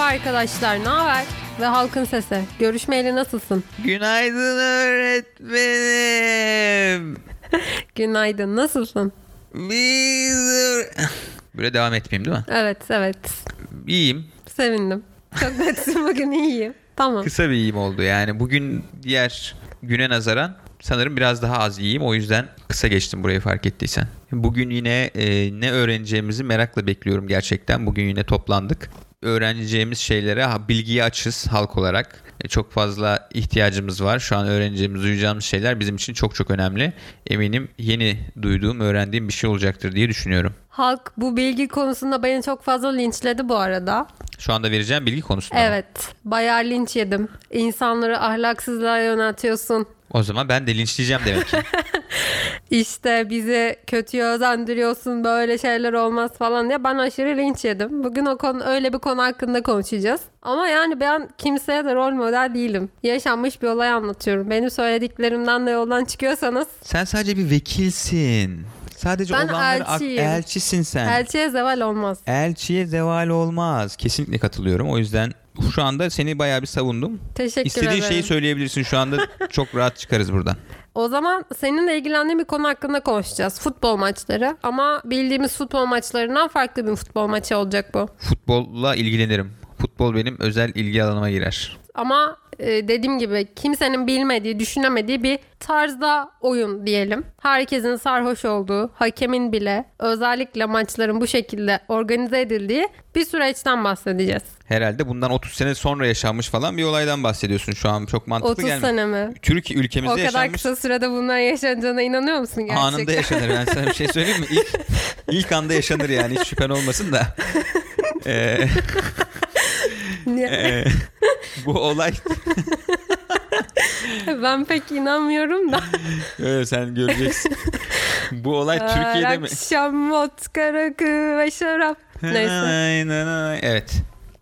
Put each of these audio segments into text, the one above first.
arkadaşlar. Ne haber? Ve halkın sesi. Görüşmeyle nasılsın? Günaydın öğretmenim. Günaydın. Nasılsın? Biz... Böyle devam etmeyeyim değil mi? Evet, evet. İyiyim. Sevindim. Çok netsin bugün iyiyim. Tamam. Kısa bir iyiyim oldu yani. Bugün diğer güne nazaran sanırım biraz daha az iyiyim. O yüzden kısa geçtim burayı fark ettiysen. Bugün yine e, ne öğreneceğimizi merakla bekliyorum gerçekten. Bugün yine toplandık. Öğreneceğimiz şeylere ha, bilgiye açız halk olarak. E, çok fazla ihtiyacımız var. Şu an öğreneceğimiz, duyacağımız şeyler bizim için çok çok önemli. Eminim yeni duyduğum, öğrendiğim bir şey olacaktır diye düşünüyorum. Halk bu bilgi konusunda beni çok fazla linçledi bu arada. Şu anda vereceğim bilgi konusunda. mı? Evet. Bayağı linç yedim. İnsanları ahlaksızlığa yöneltiyorsun. O zaman ben de linçleyeceğim demek ki. İşte bizi kötüye özendiriyorsun böyle şeyler olmaz falan diye ben aşırı linç yedim. Bugün o konu öyle bir konu hakkında konuşacağız. Ama yani ben kimseye de rol model değilim. Yaşanmış bir olay anlatıyorum. Benim söylediklerimden de yoldan çıkıyorsanız Sen sadece bir vekilsin. Sadece Ben olanları ak- elçiyim. elçisin sen. elçiye zeval olmaz. Elçiye zeval olmaz. Kesinlikle katılıyorum. O yüzden şu anda seni bayağı bir savundum. Teşekkür İstediğin ederim. şeyi söyleyebilirsin şu anda. çok rahat çıkarız buradan. O zaman seninle ilgilendiğin bir konu hakkında konuşacağız. Futbol maçları. Ama bildiğimiz futbol maçlarından farklı bir futbol maçı olacak bu. Futbolla ilgilenirim. Futbol benim özel ilgi alanıma girer. Ama e, dediğim gibi kimsenin bilmediği, düşünemediği bir tarzda oyun diyelim. Herkesin sarhoş olduğu, hakemin bile özellikle maçların bu şekilde organize edildiği bir süreçten bahsedeceğiz. Herhalde bundan 30 sene sonra yaşanmış falan bir olaydan bahsediyorsun şu an. Çok mantıklı 30 gelmiyor. sene mi? Türkiye O ülkemizde kadar yaşanmış. kısa sürede bunlar yaşanacağına inanıyor musun gerçekten? Anında yaşanır. Ben sana bir şey söyleyeyim mi? İlk, ilk anda yaşanır yani. Hiç şüphen olmasın da. Ee, Niye? ee, bu olay ben pek inanmıyorum da. Evet, Ee, sen göreceksin. Bu olay Türkiye'de mi? Akşam vodka, rakı ve şarap. Neyse. Nay, nay, nay. Evet.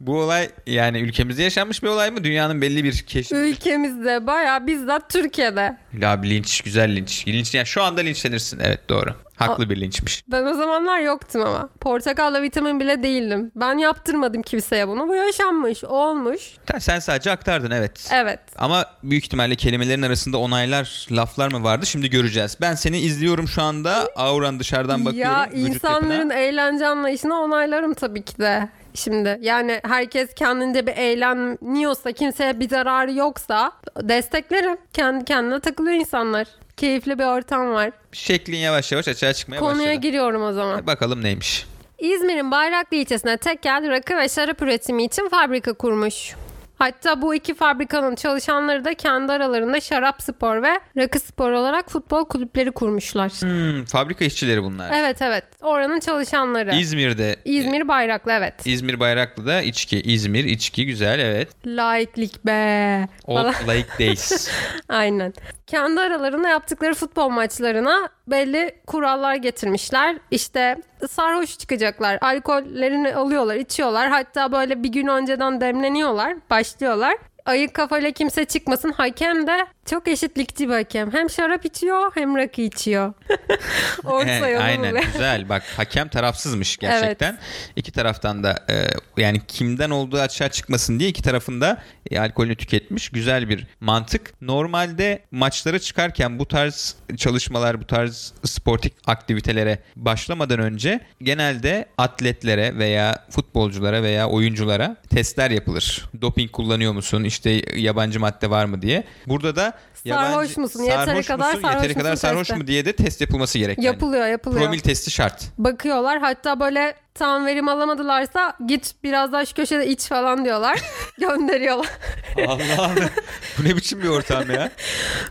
Bu olay yani ülkemizde yaşanmış bir olay mı? Dünyanın belli bir keşfi. Ülkemizde bayağı bizzat Türkiye'de. Abi linç, güzel linç. Linç yani şu anda linçlenirsin. Evet doğru. Haklı bir linçmiş. Ben o zamanlar yoktum ama. Portakalla vitamin bile değildim. Ben yaptırmadım kimseye bunu. Bu yaşanmış, olmuş. Ta- Sen sadece aktardın evet. Evet. Ama büyük ihtimalle kelimelerin arasında onaylar, laflar mı vardı? Şimdi göreceğiz. Ben seni izliyorum şu anda. Auran dışarıdan bakıyorum. ya vücut insanların yapına. eğlence anlayışına onaylarım tabii ki de. Şimdi yani herkes kendince bir eğleniyorsa, kimseye bir zararı yoksa desteklerim. Kendi kendine takılıyor insanlar. Keyifli bir ortam var. Şeklin yavaş yavaş açığa çıkmaya Konuya başladı. giriyorum o zaman. Bakalım neymiş. İzmir'in Bayraklı ilçesine tekel, rakı ve şarap üretimi için fabrika kurmuş. Hatta bu iki fabrikanın çalışanları da kendi aralarında şarap spor ve rakı spor olarak futbol kulüpleri kurmuşlar. Hmm, fabrika işçileri bunlar. Evet evet oranın çalışanları. İzmir'de e, İzmir Bayraklı evet. İzmir Bayraklı'da içki. İzmir içki güzel evet. Laiklik be. falan. Old Lake Days. Aynen. Kendi aralarında yaptıkları futbol maçlarına belli kurallar getirmişler. İşte sarhoş çıkacaklar. Alkollerini alıyorlar, içiyorlar. Hatta böyle bir gün önceden demleniyorlar, başlıyorlar. Ayık kafayla kimse çıkmasın. Hakem de çok eşitlikçi bir hakem. Hem şarap içiyor hem rakı içiyor. Orta Yani yolu Aynen buluyor. güzel. Bak hakem tarafsızmış gerçekten. İki taraftan da e, yani kimden olduğu açığa çıkmasın diye iki tarafında e, alkolünü tüketmiş. Güzel bir mantık. Normalde maçlara çıkarken bu tarz çalışmalar, bu tarz sportif aktivitelere başlamadan önce genelde atletlere veya futbolculara veya oyunculara testler yapılır. Doping kullanıyor musun? İşte yabancı madde var mı diye. Burada da Sarhoş yabancı- musun? Yeteri kadar sarhoş yeteri kadar musun sarhoş testi? mu diye de test yapılması gerek. yani. Yapılıyor, yapılıyor. Promil testi şart. bakıyorlar. Hatta böyle tam verim alamadılarsa git biraz daha şu köşede iç falan diyorlar. Gönderiyorlar. Allah'ım bu ne biçim bir ortam ya?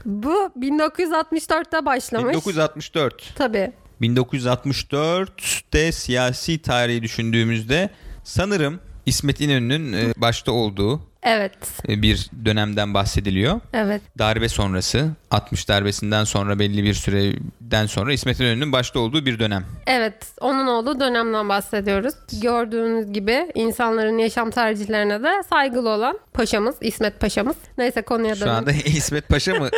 Bu 1964'te başlamış. 1964. Tabii. 1964'te siyasi tarihi düşündüğümüzde sanırım İsmet İnönü'nün e, başta olduğu Evet. e, bir dönemden bahsediliyor. Evet. Darbe sonrası 60 darbesinden sonra belli bir süreden sonra İsmet İnönü'nün başta olduğu bir dönem. Evet, onun olduğu dönemden bahsediyoruz. Gördüğünüz gibi insanların yaşam tercihlerine de saygılı olan paşamız, İsmet Paşamız. Neyse konuya Şu anda İsmet Paşa mı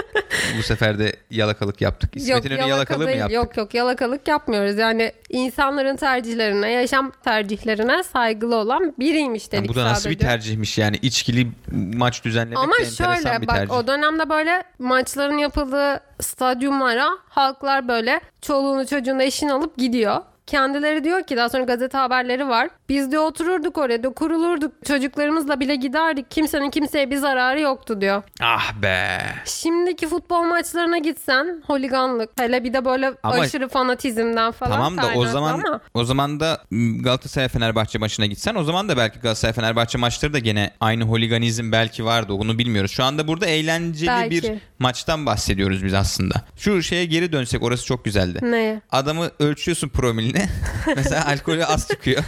bu sefer de yalakalık yaptık? İsmet İnönü yalaka yalakalığı mı değil. yaptık? Yok yok yalakalık yapmıyoruz. Yani insanların tercihlerine, yaşam tercihlerine saygılı olan biriymiş dedik bu da nasıl sadece. bir tercihmiş yani içkili maç düzenlemek Ama de enteresan şöyle bir bak tercih. o dönemde böyle maçların yapıldığı stadyumlara halklar böyle çoluğunu çocuğunu eşini alıp gidiyor. Kendileri diyor ki daha sonra gazete haberleri var. Biz diyor otururduk orada kurulurduk çocuklarımızla bile giderdik. Kimsenin kimseye bir zararı yoktu diyor. Ah be. Şimdiki futbol maçlarına gitsen holiganlık hele bir de böyle Ama- aşırı fanatizmden falan Tamam da o kaynaklı zaman ama o zaman da m, Galatasaray Fenerbahçe maçına gitsen o zaman da belki Galatasaray Fenerbahçe maçları da gene aynı holiganizm belki vardı. Onu bilmiyoruz. Şu anda burada eğlenceli Belki. bir maçtan bahsediyoruz biz aslında. Şu şeye geri dönsek orası çok güzeldi. neye? Adamı ölçüyorsun promilini. Mesela alkolü az çıkıyor.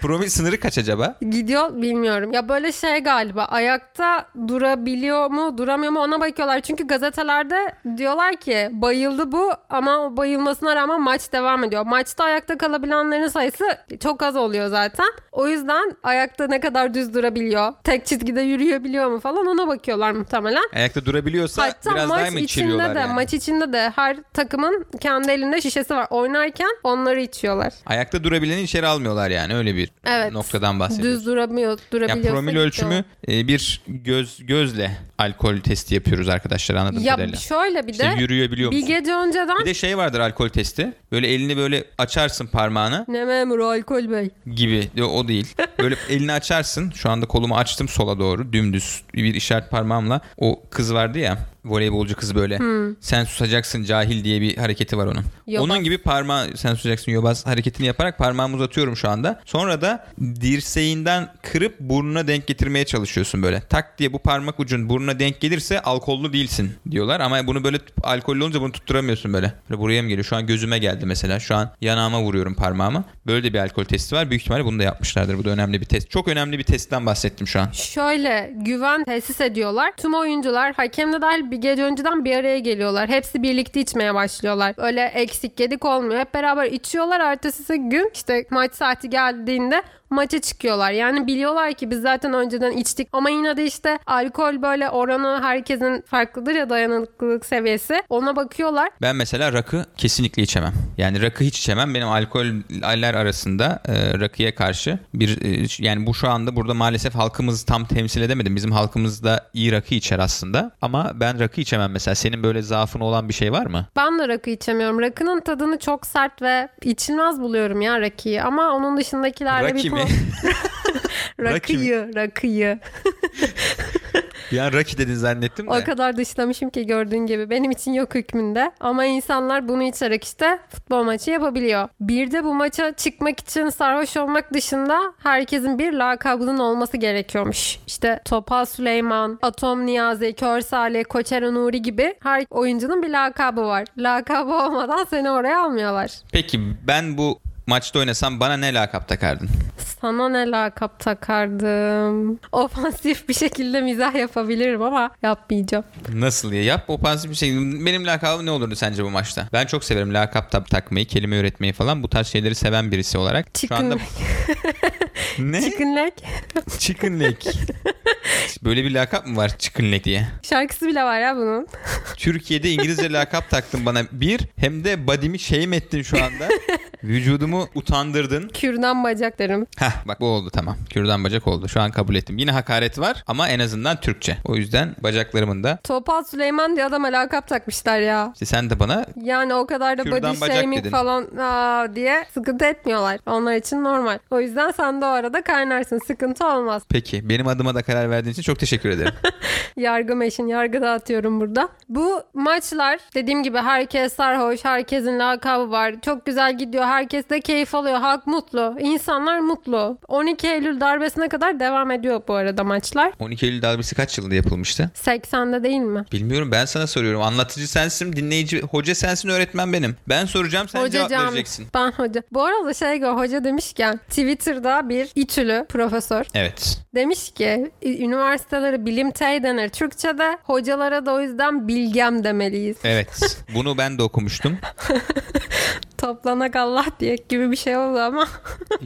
Promil sınırı kaç acaba? Gidiyor bilmiyorum. Ya böyle şey galiba ayakta durabiliyor mu duramıyor mu ona bakıyorlar. Çünkü gazetelerde diyorlar ki bayıldı bu ama o bayılmasına rağmen maç devam ediyor. Maçta ayakta kalabilenlerin sayısı çok az oluyor zaten. O yüzden ayakta ne kadar düz durabiliyor, tek çizgide yürüyebiliyor mu falan ona bakıyorlar muhtemelen. Ayakta durabiliyorsa Hatta biraz daha maç mı içinde içiriyorlar de yani? maç içinde de her takımın kendi elinde şişesi var. Oynarken onları içiyorlar. Ayakta durabileni içeri almıyorlar yani öyle bir Evet. noktadan bahsediyoruz. Düz duramıyor, Ya durabiliyorsa promil gidiyor. ölçümü e, bir göz gözle alkol testi yapıyoruz arkadaşlar anladığım Ya kadarıyla. Şey şöyle bir şey de İşte yürüyebiliyor Bir musun? gece önceden Bir de şey vardır alkol testi. Böyle elini böyle açarsın parmağını ne memuru alkol bey. gibi. Yo, O değil. Böyle elini açarsın. Şu anda kolumu açtım sola doğru dümdüz bir işaret parmağımla. O kız vardı ya voleybolcu kız böyle. Hmm. Sen susacaksın cahil diye bir hareketi var onun. Yobaz. Onun gibi parmağı sen susacaksın yobaz hareketini yaparak parmağımı uzatıyorum şu anda. Sonra da dirseğinden kırıp burnuna denk getirmeye çalışıyorsun böyle. Tak diye bu parmak ucun burnuna denk gelirse alkollü değilsin diyorlar. Ama bunu böyle t- alkollü olunca bunu tutturamıyorsun böyle. Böyle buraya mı geliyor? Şu an gözüme geldi mesela. Şu an yanağıma vuruyorum parmağımı. Böyle de bir alkol testi var. Büyük ihtimalle bunu da yapmışlardır. Bu da önemli bir test. Çok önemli bir testten bahsettim şu an. Şöyle güven tesis ediyorlar. Tüm oyuncular hakem de dahil bir gece önceden bir araya geliyorlar. Hepsi birlikte içmeye başlıyorlar. Öyle eksik yedik olmuyor. Hep beraber içiyorlar. Ertesi gün işte maç saati geldiğinde maça çıkıyorlar. Yani biliyorlar ki biz zaten önceden içtik ama yine de işte alkol böyle oranı herkesin farklıdır ya dayanıklılık seviyesi. Ona bakıyorlar. Ben mesela rakı kesinlikle içemem. Yani rakı hiç içemem. Benim alkoller arasında e, rakıya karşı bir e, yani bu şu anda burada maalesef halkımızı tam temsil edemedim. Bizim halkımız da iyi rakı içer aslında. Ama ben rakı içemem mesela. Senin böyle zaafın olan bir şey var mı? Ben de rakı içemiyorum. Rakının tadını çok sert ve içilmez buluyorum ya rakıyı. Ama onun dışındakilerle Raki bir mi? pro- rakıyı, rakıyı. Yani rakı dedin zannettim de. O kadar dışlamışım ki gördüğün gibi. Benim için yok hükmünde. Ama insanlar bunu içerek işte futbol maçı yapabiliyor. Bir de bu maça çıkmak için sarhoş olmak dışında herkesin bir lakabının olması gerekiyormuş. İşte Topal Süleyman, Atom Niyazi, Kör Salih, Koçero Nuri gibi her oyuncunun bir lakabı var. Lakabı olmadan seni oraya almıyorlar. Peki ben bu maçta oynasam bana ne lakap takardın? Sana ne lakap takardım? Ofansif bir şekilde mizah yapabilirim ama yapmayacağım. Nasıl ya? Yap ofansif bir şey. Benim lakabım ne olurdu sence bu maçta? Ben çok severim lakap tab- takmayı, kelime üretmeyi falan. Bu tarz şeyleri seven birisi olarak. Chicken Şu anda... leg. ne? Chicken leg. Chicken leg. Böyle bir lakap mı var chicken leg diye? Şarkısı bile var ya bunun. Türkiye'de İngilizce lakap taktın bana. Bir hem de body'mi shame ettin şu anda. Vücudumu utandırdın. Kürdan bacak derim. Hah bak bu oldu tamam. Kürdan bacak oldu. Şu an kabul ettim. Yine hakaret var ama en azından Türkçe. O yüzden bacaklarımın da Topal Süleyman diye adama lakap takmışlar ya. işte sen de bana Yani o kadar da Kürdan body bacak shaming dedin. falan aa diye sıkıntı etmiyorlar. Onlar için normal. O yüzden sen de o arada kaynarsın. Sıkıntı olmaz. peki benim adıma da karar verdiğin için çok teşekkür ederim. Yargı meşin yargı dağıtıyorum burada. Bu maçlar dediğim gibi herkes sarhoş, herkesin lakabı var. Çok güzel gidiyor. Herkes de keyif alıyor. Halk mutlu. İnsanlar mutlu. 12 Eylül darbesine kadar devam ediyor bu arada maçlar. 12 Eylül darbesi kaç yılında yapılmıştı? 80'de değil mi? Bilmiyorum ben sana soruyorum. Anlatıcı sensin, dinleyici, hoca sensin, öğretmen benim. Ben soracağım sen cevap Hocacığım, vereceksin. Ben hoca. Bu arada şey hoca demişken Twitter'da bir İTÜ'lü profesör Evet. Demiş ki üniversitelere bilimtey denir Türkçe'de. Hocalara da o yüzden bilgem demeliyiz. Evet. Bunu ben de okumuştum. Toplanak Allah diye gibi bir şey oldu ama.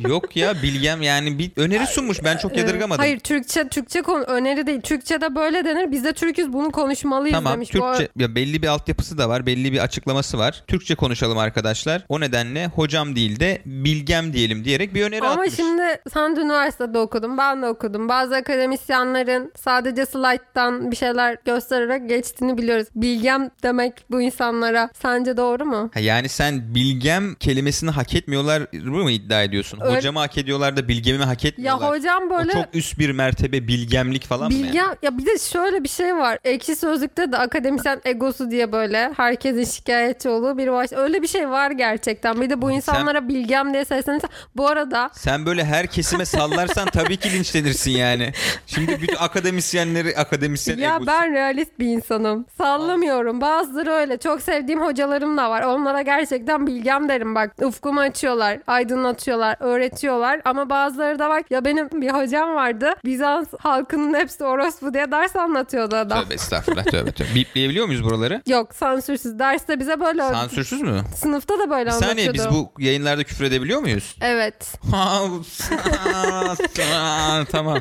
Yok ya bilgem yani bir öneri sunmuş. Ben çok yadırgamadım. e, Ee, Hayır Türkçe Türkçe konu öneri değil. Türkçe'de böyle denir. Biz de Türküz bunu konuşmalıyız Tamam demiş. Bu Türkçe ya belli bir altyapısı da var belli bir açıklaması var. Türkçe konuşalım arkadaşlar. O nedenle hocam değil de bilgem diyelim diyerek bir öneri Ama atmış. şimdi sen de üniversitede okudun, ben de okudum. Bazı akademisyenlerin sadece slayttan bir şeyler göstererek geçtiğini biliyoruz. Bilgem demek bu insanlara sence doğru mu? Ha, Yani sen bilgem kelimesini hak etmiyorlar mı iddia ediyorsun? Öyle- Hocamı hak ediyorlar da bilgemi mi hak Ya etmiyorlar? hocam O böyle çok üst bir mertebe bilgemlik falan mı? yani? Bilgen ya bir de şöyle bir şey var. Ekşi Sözlük'te de akademisyen egosu diye böyle herkesin şikayetçi olduğu bir var. Öyle bir şey var gerçekten. Bir de bu Ay, sen- insanlara bilgem diye seslenirsen. Bu arada Sen böyle her kesime sallarsan tabii ki linçlenirsin yani. Şimdi bütün akademisyenleri akademisyen ya egosu- ben realist bir insanım. Sallamıyorum. Bazıları öyle. Çok sevdiğim hocalarım da var. Onlara gerçekten bilgem derim bak. Ufkumu açıyorlar, aydınlatıyorlar, öğretiyorlar. Ama bazıları da var. Ya benim bir hocam vardı. Bizans halkının hepsi orospu diye ders anlatıyordu adam. Tövbe estağfurullah tövbe tövbe. Bipleyebiliyor muyuz buraları? Yok sansürsüz. Derste bize böyle Sansürsüz mü? Sınıfta da böyle Bir anlatıyordu. saniye biz bu yayınlarda küfür edebiliyor muyuz? Evet. tamam.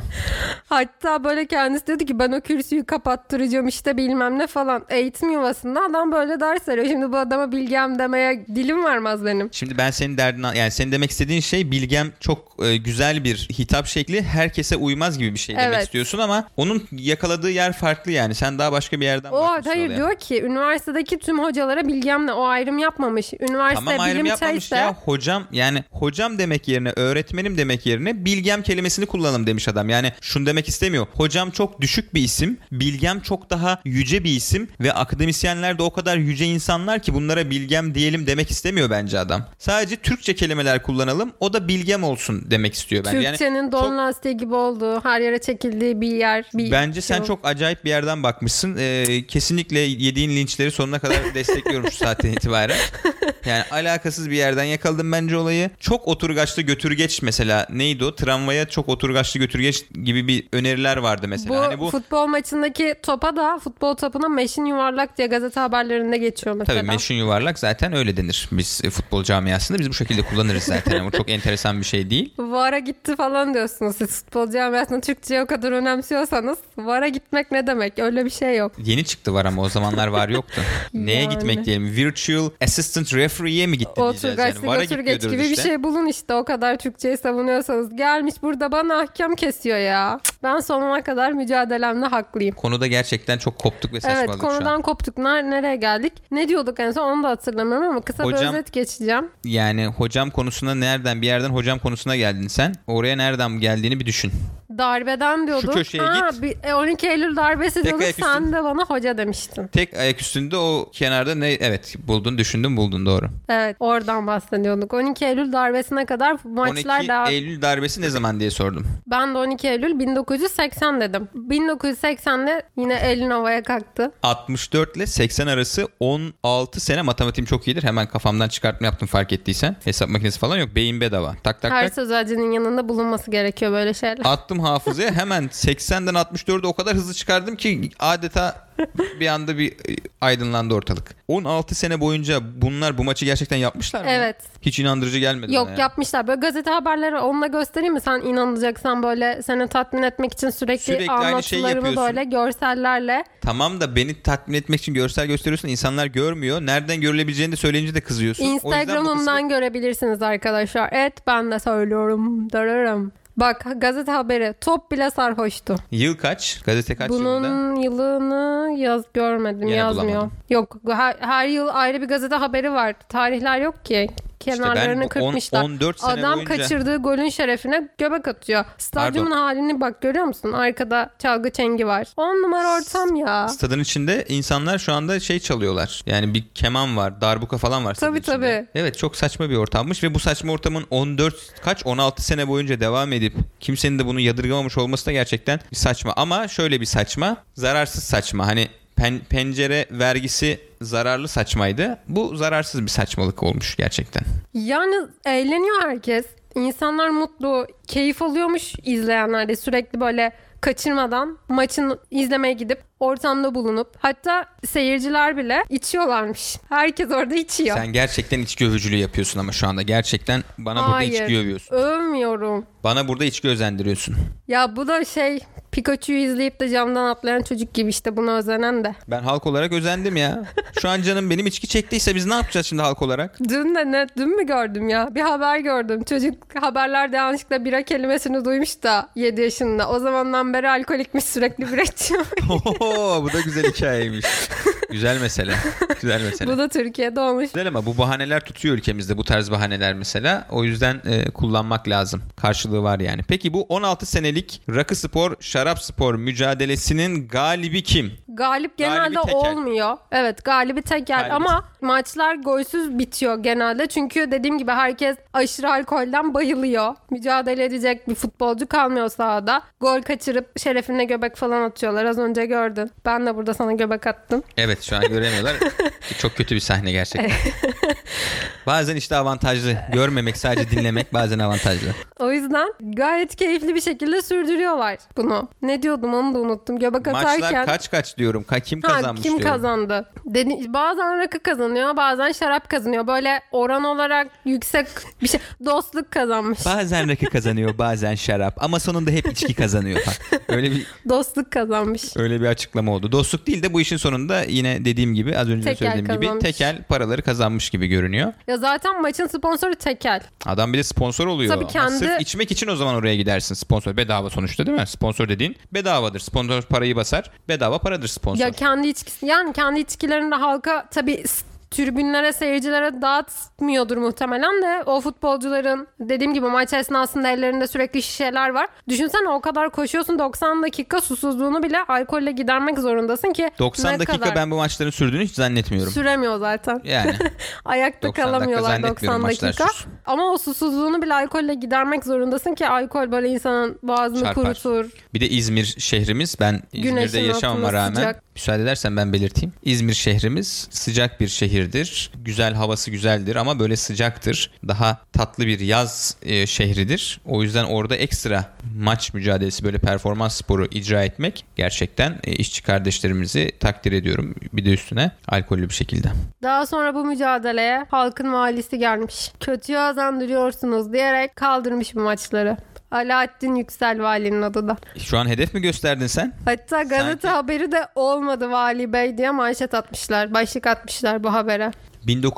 Hatta böyle kendisi dedi ki ben o kürsüyü kapattıracağım işte bilmem ne falan. Eğitim yuvasında adam böyle ders veriyor. Şimdi bu adama bilgem demeye dilim varmaz benim. Şimdi ben senin derdin yani senin demek istediğin şey bilgem çok e, güzel bir hitap şekli herkese uymaz gibi bir şey demek Evet. istiyorsun ama onun yakaladığı yer farklı yani sen daha başka bir yerden O bakmışsın hayır olaya. diyor ki üniversitedeki tüm hocalara bilgemle o ayrım yapmamış. Üniversite Tamam ayrım bilim yapmamış çaysa ya hocam yani hocam demek yerine öğretmenim demek yerine bilgem kelimesini kullanalım demiş adam. Yani şunu demek istemiyor. Hocam çok düşük bir isim, bilgem çok daha yüce bir isim ve akademisyenler de o kadar yüce insanlar ki bunlara bilgem diyelim demek istemiyor bence adam. Sadece Türkçe kelimeler kullanalım o da bilgem olsun demek istiyor bence. Yani Türkçenin don çok- lastiği gibi olduğu her yere çekildiği bir yer. Bir Bence sen şey- çok acayip bir yerden bakmışsın. Ee, kesinlikle yediğin linçleri sonuna kadar destekliyorum şu saatten itibaren. Yani alakasız bir yerden yakaladım bence olayı. Çok oturgaçlı götürgeç mesela neydi o? Tramvaya çok oturgaçlı götürgeç gibi bir öneriler vardı mesela. bu, hani bu futbol maçındaki topa da futbol topuna meşin yuvarlak diye gazete haberlerinde geçiyor mesela. Tabii meşhur yuvarlak zaten öyle denir. Biz e, futbol camiasında biz bu şekilde kullanırız zaten. Yani bu çok enteresan bir şey değil. VAR'a gitti falan diyorsunuz siz futbol camiasında Türkçe'yi o kadar önemsiyorsanız VAR'a gitmek ne demek öyle bir şey yok. Yeni çıktı var ama o zamanlar var yoktu. Neye Yani. gitmek diyelim? Virtual Assistant Referee'ye mi gitti O diyeceğiz yani. Turgaçlı Vara götür geç gidiyordur gibi bir işte. şey bulun işte o kadar Türkçe'yi savunuyorsanız. Gelmiş burada bana ahkam kesiyor ya. Ben sonuna kadar mücadelemle haklıyım. Konuda gerçekten çok koptuk ve saçmaladık Evet şu an. konudan koptuk. Ner- nereye geldik? Ne diyorduk en son onu da hatırlamıyorum ama kısa bir Hocam- özet geçeceğim. Yani hocam konusuna nereden bir yerden hocam konusuna geldin sen. Oraya nereden geldiğini bir düşün. Darbeden diyorduk. köşeye Ha, git. bir- e, 12 Eylül darbesi diyorduk. ayak Sen üstünde. de bana hoca demiştin. Tek ayak üstünde o kenarda ne evet buldun düşündün buldun doğru. Evet oradan bahsediyorduk. 12 Eylül darbesine kadar maçlar 12 devam Eylül darbesi ne zaman diye sordum. Ben de 12 Eylül 1980 dedim. 1980'de yine elin havaya kalktı. 64 ile 80 arası 16 sene matematiğim çok iyidir. Hemen kafamdan çıkartma yaptım fark ettiysen. Hesap makinesi falan yok. Beyin bedava. Tak tak Her tak. sözelcinin yanında bulunması gerekiyor böyle şeyler. Attım hafızaya hemen 80'den 64'e o kadar hızlı çıkardım ki adeta bir anda bir e, aydınlandı ortalık. 16 sene boyunca bunlar bu maçı gerçekten yapmışlar mı? ya? Evet. Hiç inandırıcı gelmedi Yok bana ya. yapmışlar. Böyle gazete haberleri onunla göstereyim mi? Sen inanacaksan böyle seni tatmin etmek için sürekli, Sürekli aynı şeyi anlatılarımı yapıyorsun. böyle görsellerle. Tamam da beni tatmin etmek için görsel gösteriyorsun insanlar görmüyor. Nereden görülebileceğini de söyleyince de kızıyorsun. O yüzden bu kısmı- Instagram'ımdan görebilirsiniz arkadaşlar. Evet ben de söylüyorum. Dararım. Bak gazete haberi. Top bile sarhoştu. Yıl kaç? Gazete kaç yılında? Bunun yılını yaz görmedim Yine yazmıyor. bulamadım. Yok her, her yıl ayrı bir gazete haberi var. Tarihler yok ki. Kenarlarını İşte ben bu on- kırpmışlar. 14 sene Adam boyunca- kaçırdığı golün şerefine göbek atıyor. Stadyumun halini bak görüyor musun? Arkada çalgı çengi var. 10 numara ortam ya. Stadın içinde insanlar şu anda şey çalıyorlar. Yani bir keman var, darbuka falan var. stadın Tabii, içinde. tabii. Evet çok saçma bir ortammış ve bu saçma ortamın 14 kaç 16 sene boyunca devam edip kimsenin de bunu yadırgamamış olması da gerçekten saçma. Ama şöyle bir saçma, zararsız saçma. Hani pen- pencere vergisi zararlı saçmaydı. Bu zararsız bir saçmalık olmuş gerçekten. Yani eğleniyor herkes. İnsanlar mutlu, keyif alıyormuş izleyenler de sürekli böyle kaçırmadan maçın izlemeye gidip ortamda bulunup hatta seyirciler bile içiyorlarmış. Herkes orada içiyor. Sen gerçekten içki övücülüğü yapıyorsun ama şu anda gerçekten bana burada içki övüyorsun. övmüyorum. Bana burada içki özendiriyorsun. Ya bu da şey Pikachu'yu izleyip de camdan atlayan çocuk gibi işte buna özenen de. Ben halk olarak özendim ya. Şu an canım benim içki çektiyse biz ne yapacağız şimdi halk olarak? Dün de ne? Dün mü gördüm ya? Bir haber gördüm. Çocuk haberlerde yanlışlıkla bira kelimesini duymuş da 7 yaşında. O zamandan beri alkolikmiş sürekli bira içiyor. Oho, bu da güzel hikayeymiş. güzel mesele. Güzel mesele. bu da Türkiye'de olmuş. Güzel ama bu bahaneler tutuyor ülkemizde bu tarz bahaneler mesela. O yüzden e, kullanmak lazım. Karşılığı var yani. Peki bu 16 senelik rakı spor, şarap spor mücadelesinin galibi kim? Galip genelde tekel. olmuyor. Evet galibi tekel Galibi- ama maçlar golsüz bitiyor genelde. Çünkü dediğim gibi herkes aşırı alkolden bayılıyor. Mücadele edecek bir futbolcu kalmıyor sahada. Gol kaçırıp şerefine göbek falan atıyorlar. Az önce gördün. Ben de burada sana göbek attım. Evet şu an göremiyorlar. Çok kötü bir sahne gerçekten. bazen işte avantajlı. Görmemek sadece dinlemek bazen avantajlı. O yüzden gayet keyifli bir şekilde sürdürüyorlar bunu. Ne diyordum onu da unuttum. Göbek atarken. Maçlar kaç kaç diyorum. Ka- kim Ha, kazanmış kim diyorum. kazandı? Dedi, bazen rakı kazanıyor, bazen şarap kazanıyor. Böyle oran olarak yüksek bir şey. Dostluk kazanmış. Bazen rakı kazanıyor, bazen şarap ama sonunda hep içki kazanıyor. falan. Öyle bir Dostluk kazanmış. öyle bir açıklama oldu. Dostluk değil de bu işin sonunda yine dediğim gibi az önce de Tekel söylediğim gibi kazanmış. tekel paraları kazanmış gibi görünüyor. Ya zaten maçın sponsoru tekel. Adam bir de sponsor oluyor. Tabii kendi- Sırf içmek için o zaman oraya gidersin. Sponsor bedava sonuçta değil mi? Sponsor dediğin bedavadır. Sponsor parayı basar. Bedava paradır sponsor. Ya kendi içkisi yani kendi içkilerini de halka tabii s- tribünlere, seyircilere dağıtmıyordur muhtemelen de o futbolcuların dediğim gibi maç esnasında ellerinde sürekli şişeler var. Düşünsene o kadar koşuyorsun 90 dakika susuzluğunu bile alkolle gidermek zorundasın ki 90 ne dakika kadar? ben bu maçların sürdüğünü hiç zannetmiyorum. süremiyor zaten. yani Ayakta 90 dakika kalamıyorlar zannetmiyorum 90 maçlar dakika. sus. Ama o susuzluğunu bile alkolle gidermek zorundasın ki alkol böyle insanın boğazını Çarpar. kurutur. Bir de İzmir şehrimiz ben İzmir'de Güneşin altında yaşamama rağmen sıcak. müsaade edersen ben belirteyim. İzmir şehrimiz sıcak bir şehirdir. Güzel havası güzeldir ama böyle sıcaktır. Daha tatlı bir yaz e, şehridir. O yüzden orada ekstra maç mücadelesi böyle performans sporu icra etmek gerçekten e, işçi kardeşlerimizi takdir ediyorum. Bir de üstüne alkollü bir şekilde. Daha sonra bu mücadeleye halkın valisi gelmiş. Kötüye azandırıyorsunuz diyerek kaldırmış bu maçları. Alaaddin Yüksel valinin adı da. Şu an hedef mi gösterdin sen? Hatta gazete Sanki- haberi de olmadı vali bey diye manşet atmışlar. Başlık atmışlar bu habere.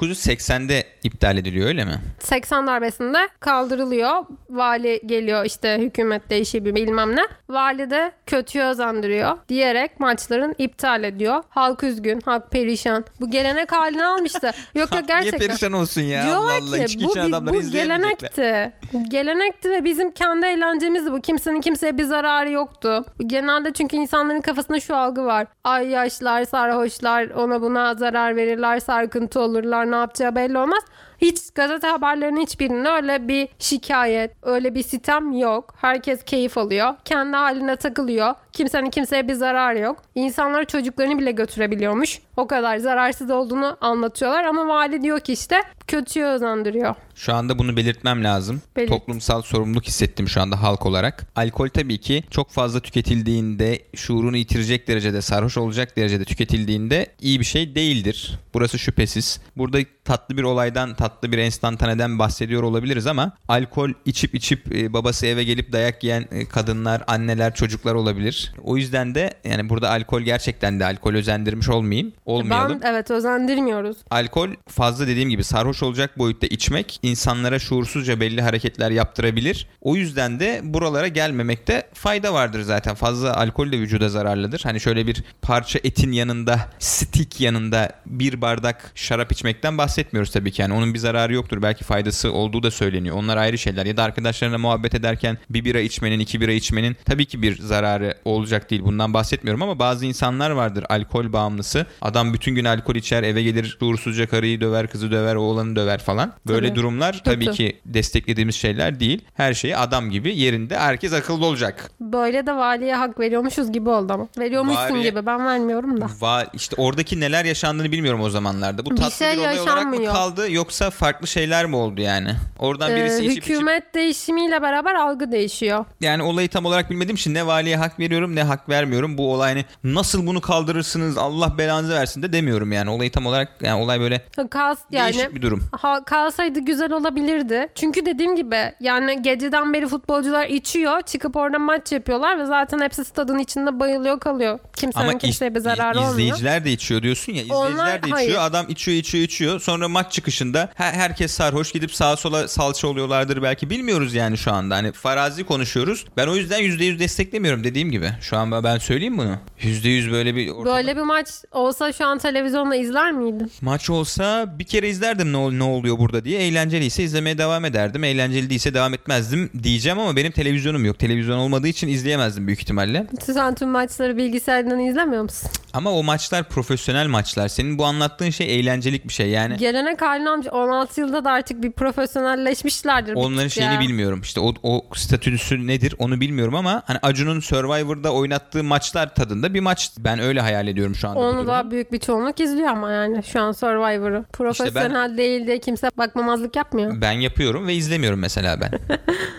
1980'de iptal ediliyor öyle mi? 80 darbesinde kaldırılıyor. Vali geliyor işte hükümet değişiyor bir bilmem ne. Vali de kötüye özendiriyor diyerek maçların iptal ediyor. Halk üzgün, halk perişan. Bu gelenek halini almıştı. yok yok Niye gerçekten. perişan olsun ya? Diyorlar Allah Allah, ki içki bu, içen bi- adamları bu izleyemeyecekler. gelenekti. gelenekti ve bizim kendi eğlencemizdi bu. Kimsenin kimseye bir zararı yoktu. Genelde çünkü insanların kafasında şu algı var. Ay yaşlar, sarhoşlar ona buna zarar verirler, sarkıntı olurlar, ne yapacağı belli olmaz. Hiç gazete haberlerinin hiçbirinde öyle bir şikayet, öyle bir sitem yok. Herkes keyif alıyor. Kendi haline takılıyor. Kimsenin kimseye bir zararı yok. İnsanlar çocuklarını bile götürebiliyormuş. O kadar zararsız olduğunu anlatıyorlar ama vali diyor ki işte kötüye özendiriyor. Şu anda bunu belirtmem lazım. Belirt. Toplumsal sorumluluk hissettim şu anda halk olarak. Alkol tabii ki çok fazla tüketildiğinde, şuurunu yitirecek derecede, sarhoş olacak derecede tüketildiğinde iyi bir şey değildir. Burası şüphesiz. Burada tatlı bir olaydan, tatlı bir enstantaneden bahsediyor olabiliriz ama alkol içip içip e, babası eve gelip dayak yiyen e, kadınlar, anneler, çocuklar olabilir. olabilir. O yüzden de yani burada alkol gerçekten de alkol özendirmiş olmayayım. Olmayalım. E, Ben evet özendirmiyoruz. Alkol fazla dediğim gibi sarhoş olacak boyutta içmek insanlara şuursuzca belli hareketler yaptırabilir. O yüzden de buralara gelmemekte fayda vardır zaten. Fazla alkol de vücuda zararlıdır. Hani şöyle bir parça etin yanında, stick yanında bir bardak şarap içmekten bahsetmiyoruz tabii ki. Yani onun bir zararı yoktur. Belki faydası olduğu da söyleniyor. Onlar ayrı şeyler. Ya da arkadaşlarına muhabbet ederken bir bira içmenin, iki bira içmenin tabii ki bir zararı olacak değil. Bundan bahsetmiyorum ama bazı insanlar vardır alkol bağımlısı. Adam bütün gün alkol içer, eve gelir dursuzca karıyı döver, kızı döver, oğlanı döver falan. Böyle Tabii. durumlar tabii Kötü. ki desteklediğimiz şeyler değil. Her şeyi adam gibi yerinde herkes akıllı olacak. Böyle de valiye hak veriyormuşuz gibi oldu ama. Veriyormuşsun Vali- gibi ben vermiyorum da. Va işte oradaki neler yaşandığını bilmiyorum o zamanlarda. Bu Bir tatlı bir, şey olay olarak mı yaşanmıyor. kaldı yoksa farklı şeyler mi oldu yani? Oradan Ee, birisi içip içip hükümet değişimiyle beraber algı değişiyor. yani olayı tam olarak bilmediğim için ne valiye hak veriyorum ne hak vermiyorum. Bu olayını nasıl bunu kaldırırsınız Allah belanızı versin de demiyorum yani. Olayı tam olarak yani olay böyle Ha, Kas yani değişik bir durum. Ha, kalsaydı güzel olabilirdi. Çünkü dediğim gibi yani geceden beri futbolcular içiyor. Çıkıp orada maç yapıyorlar ve zaten hepsi stadın içinde bayılıyor kalıyor. Kimsenin Ama kimseye bir iz- zararı olmuyor. izleyiciler de içiyor diyorsun ya. İzleyiciler Onlar- de içiyor. hayır. Adam içiyor içiyor içiyor. Sonra maç çıkışında her- herkes sarhoş gidip sağa sola salça oluyorlardır belki. Bilmiyoruz yani şu anda. Hani farazi konuşuyoruz. Ben o yüzden %100 desteklemiyorum dediğim gibi. Şu an ben- ben söyleyeyim bunu. %100 böyle bir ortam- Böyle bir maç olsa şu an televizyonda izler miydin? Maç olsa bir kere izlerdim ne, ol- ne oluyor burada diye. Eğlenceliyse izlemeye devam ederdim. Eğlenceli değilse devam etmezdim diyeceğim ama benim televizyonum yok. Televizyon olmadığı için izleyemezdim büyük ihtimalle. Sen tüm maçları bilgisayardan izlemiyor musun? Ama o maçlar profesyonel maçlar. Senin bu anlattığın şey eğlencelik bir şey. Yani Gelenek haline amca 16 yılda da artık bir profesyonelleşmişlerdir. bir Onların tık şeyini ya. bilmiyorum. İşte o, o statüsü nedir onu bilmiyorum ama hani Acun'un Survivor'da oynattığı maçlar tadında bir maç. Ben öyle hayal ediyorum şu anda. bu Onu durumu. da büyük bir çoğunluk izliyor ama yani şu an Survivor'ı. Profesyonel değil diye kimse bakmamazlık yapmıyor. Ben yapıyorum ve izlemiyorum mesela ben.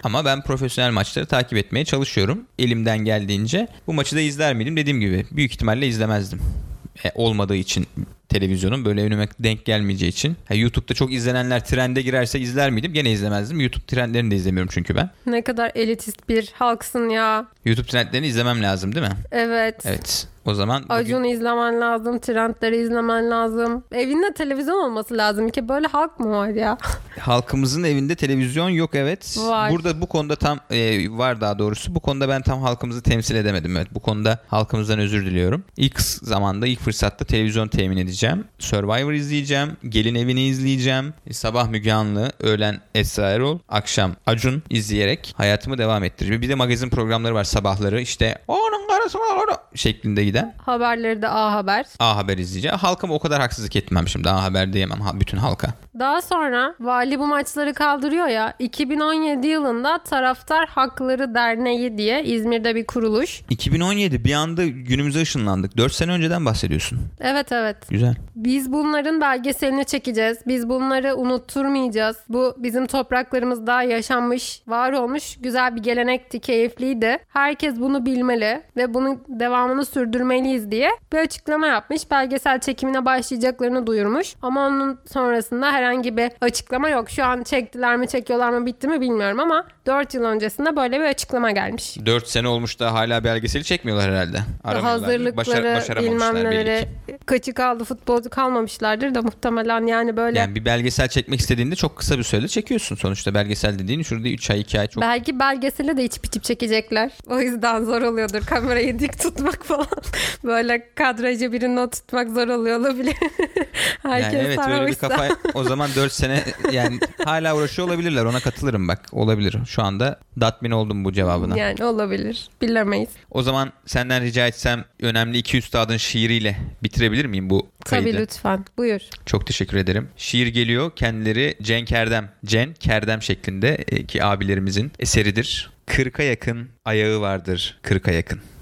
ama ben profesyonel maçları takip etmeye çalışıyorum. Elimden geldiğince. Bu maçı da izler miydim? Dediğim gibi büyük ihtimalle izlemezdim. E, olmadığı için televizyonun böyle önüme denk gelmeyeceği için. Ha, YouTube'da çok izlenenler trende girerse izler miydim? Gene izlemezdim. YouTube trendlerini de izlemiyorum çünkü ben. Ne kadar elitist bir halksın ya. YouTube trendlerini izlemem lazım değil mi? Evet. Evet. O zaman bugün- Acun'u izlemen lazım, trendleri izlemen lazım. Evinde televizyon olması lazım ki böyle halk mı var ya? Halkımızın evinde televizyon yok evet. Var. Burada bu konuda tam e, var daha doğrusu. Bu konuda ben tam halkımızı temsil edemedim. Evet bu konuda halkımızdan özür diliyorum. İlk zamanda ilk fırsatta televizyon temin edeceğim. Survivor izleyeceğim. Gelin evini izleyeceğim. E, Sabah Müge Anlı, öğlen Esra Erol, akşam Acun izleyerek hayatımı devam ettireceğim. Bir de magazin programları var sabahları. İşte onun karısı var onun" şeklinde giden. Haberleri de A Haber. A Haber izleyeceğim. Halkama o kadar haksızlık etmem şimdi. A Haber diyemem ha- bütün halka. Daha sonra vali bu maçları kaldırıyor ya. 2017 yılında Taraftar Hakları Derneği diye İzmir'de bir kuruluş. 2017 bir anda günümüze ışınlandık. 4 sene önceden bahsediyorsun. Evet evet. Güzel. Biz bunların belgeselini çekeceğiz. Biz bunları unutturmayacağız. Bu bizim topraklarımızda yaşanmış, var olmuş güzel bir gelenekti, keyifliydi. Herkes bunu bilmeli ve bunun devamını sürdürmeliyiz diye bir açıklama yapmış. Belgesel çekimine başlayacaklarını duyurmuş. Ama onun sonrasında herhangi bir açıklama yok. Şu an çektiler mi, çekiyorlar mı, bitti mi bilmiyorum ama 4 yıl öncesinde böyle bir açıklama gelmiş. 4 sene olmuş da hala belgeseli çekmiyorlar herhalde. Aramıyorlar. hazırlıkları Başar- başaramamışlar bilmem belli neleri ki. kaçı kaldı futbolcu kalmamışlardır da muhtemelen yani böyle Yani bir belgesel çekmek istediğinde çok kısa bir sürede çekiyorsun sonuçta. Belgesel dediğin şurada 3 ay 2 ay çok. belki belgeseli de içip içip çekecekler. O yüzden zor oluyordur kamerayı dik tutmak falan. böyle kadrajı birinin o tutmak zor oluyor olabilir. Herkes yani evet böyle bir sarhoşsa. kafa o zaman 4 sene yani hala uğraşıyor olabilirler ona katılırım bak olabilir şu anda tatmin oldum bu cevabına. Yani olabilir. Bilemeyiz. O zaman senden rica etsem önemli iki üstadın şiiriyle bitirebilir miyim bu kaydı? Tabii lütfen. Buyur. Çok teşekkür ederim. Şiir geliyor. Kendileri Cenk Erdem, Cen Kerdem şeklinde e, ki abilerimizin eseridir. Kırka yakın ayağı vardır kırka yakın.